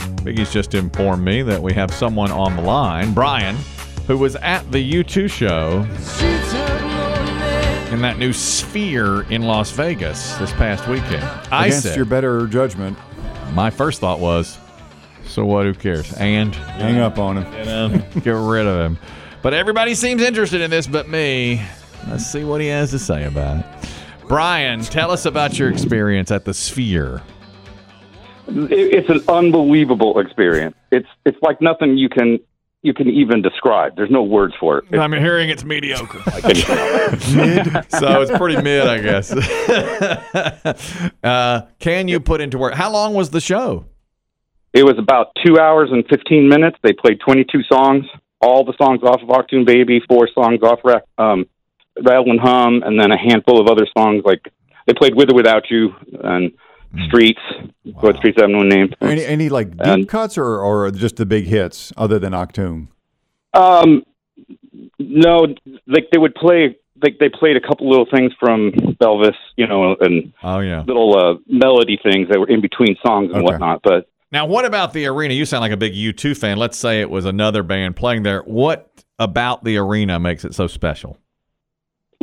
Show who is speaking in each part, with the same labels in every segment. Speaker 1: Biggie's just informed me that we have someone on the line, Brian, who was at the U2 show in that new sphere in Las Vegas this past weekend. I
Speaker 2: Against
Speaker 1: said,
Speaker 2: your better judgment,
Speaker 1: my first thought was, so what, who cares? And
Speaker 2: hang up on him.
Speaker 1: get rid of him. But everybody seems interested in this but me. Let's see what he has to say about it. Brian, tell us about your experience at the Sphere.
Speaker 3: It, it's an unbelievable experience. It's it's like nothing you can you can even describe. There's no words for it. It's
Speaker 1: I'm hearing it's mediocre.
Speaker 3: like an-
Speaker 1: so it's pretty mid, I guess. uh, can you put into work? How long was the show?
Speaker 3: it was about two hours and fifteen minutes. They played twenty two songs, all the songs off of Octoon Baby, four songs off Rack, um, Rattle and Hum, and then a handful of other songs. Like they played With or Without You and Streets, what Streets I have no name.
Speaker 2: Any, any like deep
Speaker 3: And-
Speaker 2: cuts or, or just the big hits other than Octoon?
Speaker 3: Um, no, like they would play, like they played a couple little things from Elvis, you know, and
Speaker 1: Oh yeah.
Speaker 3: little uh, melody things that were in between songs and
Speaker 2: Okay.
Speaker 3: whatnot. But
Speaker 1: Now, what about the arena? You sound like a big U2 fan. Let's say it was another band playing there. What about the arena makes it so special?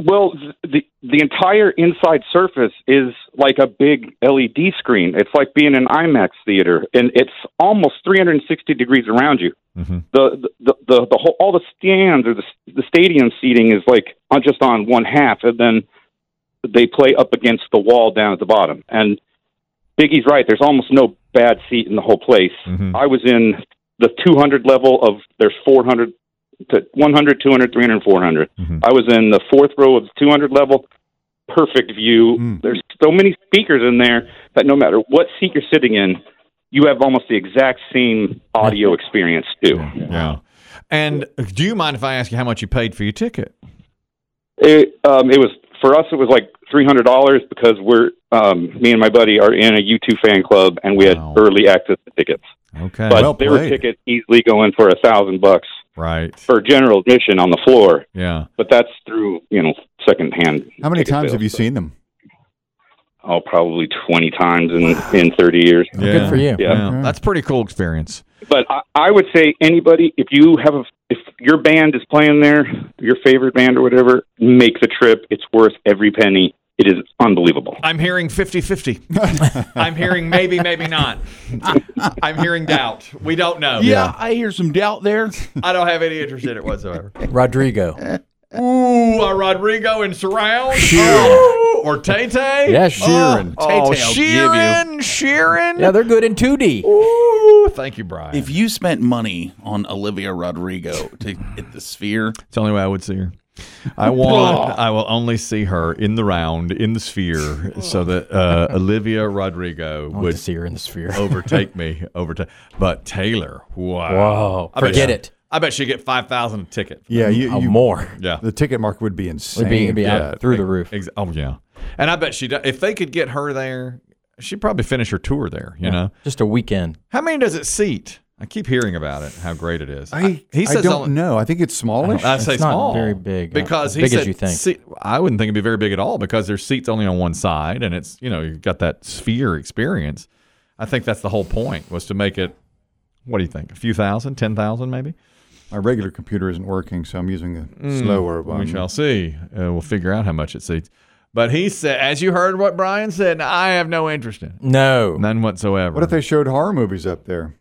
Speaker 3: well, th- the the entire inside surface is like a big LED screen. It's like being in IMAX theater, and it's almost 360 degrees around you.
Speaker 1: Mm-hmm.
Speaker 3: The the the, the, the whole all the stands or the the stadium seating is like on just on one half, and then they play up against the wall down at the bottom. And Biggie's right. There's almost no bad seat in the whole place.
Speaker 1: Mm-hmm.
Speaker 3: I was in the 200 level of there's 400 to 100, 200, 300, 400.
Speaker 2: Mm-hmm.
Speaker 1: Mhm.
Speaker 3: I was in the fourth row of the 200 level. Perfect view.
Speaker 2: Mm.
Speaker 3: There's so many speakers in there that no matter what seat you're sitting in, you have almost the exact same audio experience too.
Speaker 1: Yeah. And do you mind if I ask you how much you paid for your ticket?
Speaker 3: It um, it was for us. It was like three hundred dollars because we're um, me and my buddy are in a U two fan club and we had
Speaker 1: Wow.
Speaker 3: early access to tickets.
Speaker 1: Okay.
Speaker 3: But
Speaker 2: well
Speaker 3: there were
Speaker 2: played.
Speaker 3: tickets easily going for a thousand bucks
Speaker 1: right.
Speaker 3: for general admission on the floor.
Speaker 1: Yeah.
Speaker 3: but that's through you know secondhand.
Speaker 2: How many
Speaker 3: ticket
Speaker 2: times
Speaker 3: sales.
Speaker 2: have you seen them?
Speaker 3: Oh, probably twenty times in in thirty years.
Speaker 1: Yeah.
Speaker 4: Good for you.
Speaker 3: Yeah.
Speaker 1: Yeah. That's pretty cool experience.
Speaker 3: But I, I would say anybody, if you have a, if your band is playing there, your favorite band or whatever, make the trip. It's worth every penny. It is unbelievable.
Speaker 1: I'm hearing 50 50. I'm hearing maybe, maybe not. I'm hearing doubt. We don't know.
Speaker 5: Yeah, I hear some doubt there.
Speaker 1: I don't have any interest in it whatsoever.
Speaker 4: Rodrigo.
Speaker 1: Ooh, a Rodrigo and surround. Sheeran. Or Tay Tay.
Speaker 4: Yeah, Sheeran.
Speaker 1: Oh,
Speaker 5: Tay-Tay will give you.
Speaker 1: Sheeran. Sheeran.
Speaker 4: Yeah, they're good in 2D.
Speaker 1: Ooh, thank you, Brian.
Speaker 5: If you spent money on Olivia Rodrigo to hit the sphere,
Speaker 1: It's the only way I would see her. I want. I will only see her in the round, in the sphere, so that uh, Olivia Rodrigo
Speaker 4: I want
Speaker 1: would
Speaker 4: to see her in the sphere.
Speaker 1: Oh, overtake me. Overtake. But Taylor, wow.
Speaker 4: Wow.
Speaker 1: I bet
Speaker 4: Forget
Speaker 1: she-
Speaker 4: it.
Speaker 1: I bet she get five thousand a ticket.
Speaker 2: Yeah, you,
Speaker 4: Oh,
Speaker 2: you
Speaker 4: more.
Speaker 1: Yeah.
Speaker 2: The ticket market would be insane.
Speaker 4: It'd be, it'd be
Speaker 2: yeah.
Speaker 4: out through the roof.
Speaker 1: Ex- oh yeah. And I bet she. do- If they could get her there, she'd probably finish her tour there. You know.
Speaker 4: Just a weekend.
Speaker 1: How many does it seat? I keep hearing about it. How great it is.
Speaker 2: I,
Speaker 1: he
Speaker 2: I
Speaker 1: says
Speaker 2: don't
Speaker 1: only-
Speaker 2: know. I think it's smallish.
Speaker 1: I say
Speaker 4: It's not
Speaker 1: small,
Speaker 4: very big, uh,
Speaker 1: because
Speaker 4: as
Speaker 1: he
Speaker 4: big as
Speaker 1: said
Speaker 4: you think.
Speaker 1: seat- I wouldn't think it'd be very big at all because there's seats only on one side, and it's you know you've got that sphere experience. I think that's the whole point was to make it. What do you think? A few thousand, ten thousand, maybe.
Speaker 2: My regular computer isn't working, so I'm using a
Speaker 1: Mm.
Speaker 2: slower one.
Speaker 1: We shall see. Uh, we'll figure out how much it seats. But he said, as you heard what Brian said, I have no interest in it.
Speaker 4: No.
Speaker 1: None whatsoever.
Speaker 2: What if they showed horror movies up there?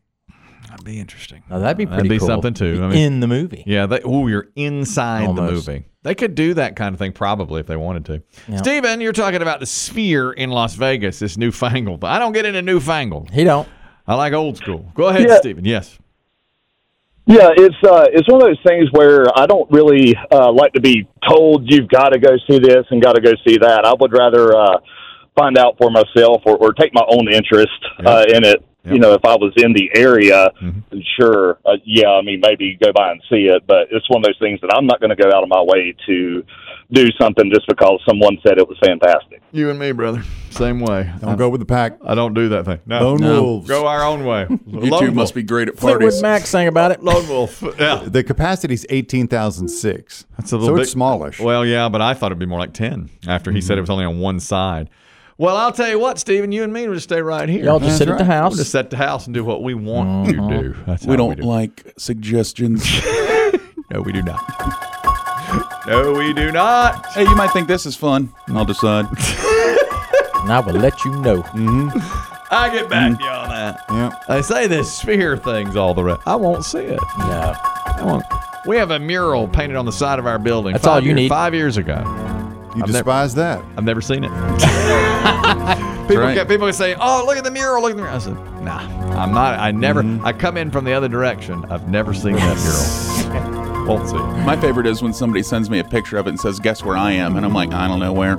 Speaker 1: That'd be interesting.
Speaker 4: Now, that'd be
Speaker 1: That'd
Speaker 4: pretty
Speaker 1: be
Speaker 4: cool.
Speaker 1: something, too.
Speaker 4: Be
Speaker 1: I mean-
Speaker 4: in the movie.
Speaker 1: Yeah, they, oh, you're inside
Speaker 4: Almost.
Speaker 1: the movie. They could do that kind of thing probably if they wanted to. Steven, you're talking about the sphere in Las Vegas, this newfangled. I don't get into newfangled.
Speaker 4: He don't.
Speaker 1: I like old school. Go ahead,
Speaker 6: Yeah.
Speaker 1: Steven. Yes.
Speaker 6: Yeah, it's uh, it's one of those things where I don't really uh, like to be told you've got to go see this and got to go see that. I would rather uh, find out for myself or, or take my own interest uh, in it. You know, if I was in the area, sure, uh, yeah, I mean, maybe go by and see it. But it's one of those things that I'm not going to go out of my way to do something just because someone said it was fantastic.
Speaker 1: You and me, brother. Same way.
Speaker 2: Don't go with the pack.
Speaker 1: I don't do that thing. No.
Speaker 2: Lone wolves.
Speaker 1: Go our own way.
Speaker 5: you two must be great at
Speaker 4: Fleetwood
Speaker 5: parties.
Speaker 4: Mac sang about it.
Speaker 1: Lone wolf. Yeah.
Speaker 2: The capacity's eighteen thousand six.
Speaker 1: That's a little
Speaker 2: so
Speaker 1: bit
Speaker 2: it's smallish.
Speaker 5: Mm-hmm.
Speaker 1: Well, yeah, but I thought it'd be more like 10 after he said it was only on one side. Well, I'll tell you what, Stephen, you and me will just stay right here.
Speaker 4: Y'all just sit at the
Speaker 1: We'll
Speaker 4: house.
Speaker 1: just set the house and do what we want to do. That's
Speaker 5: Uh-huh. We
Speaker 1: how
Speaker 5: don't
Speaker 1: do.
Speaker 5: like suggestions.
Speaker 1: No, we do not. no, we do not.
Speaker 5: hey, you might think this is fun. I'll decide.
Speaker 4: and I will let you know.
Speaker 1: Mm. I get back
Speaker 5: Mm.
Speaker 1: to you on that.
Speaker 2: Yeah.
Speaker 1: They say this sphere thing's all the rest. I won't see it.
Speaker 4: No.
Speaker 1: I won't. We have a mural painted on the side of our building.
Speaker 4: That's
Speaker 1: five
Speaker 4: all you
Speaker 1: year-
Speaker 4: need.
Speaker 1: Five years ago,
Speaker 2: You
Speaker 1: never-
Speaker 2: despise that.
Speaker 1: I've never seen it. people
Speaker 2: right.
Speaker 1: get people say, "Oh, look at the mural! Look at the mural!" I said, "Nah, I'm not. I never. I come in from the other direction. I've never seen that mural. won't see it.
Speaker 5: My favorite is when somebody sends me a picture of it and says, "Guess where I am?" and I'm like, "I don't know where."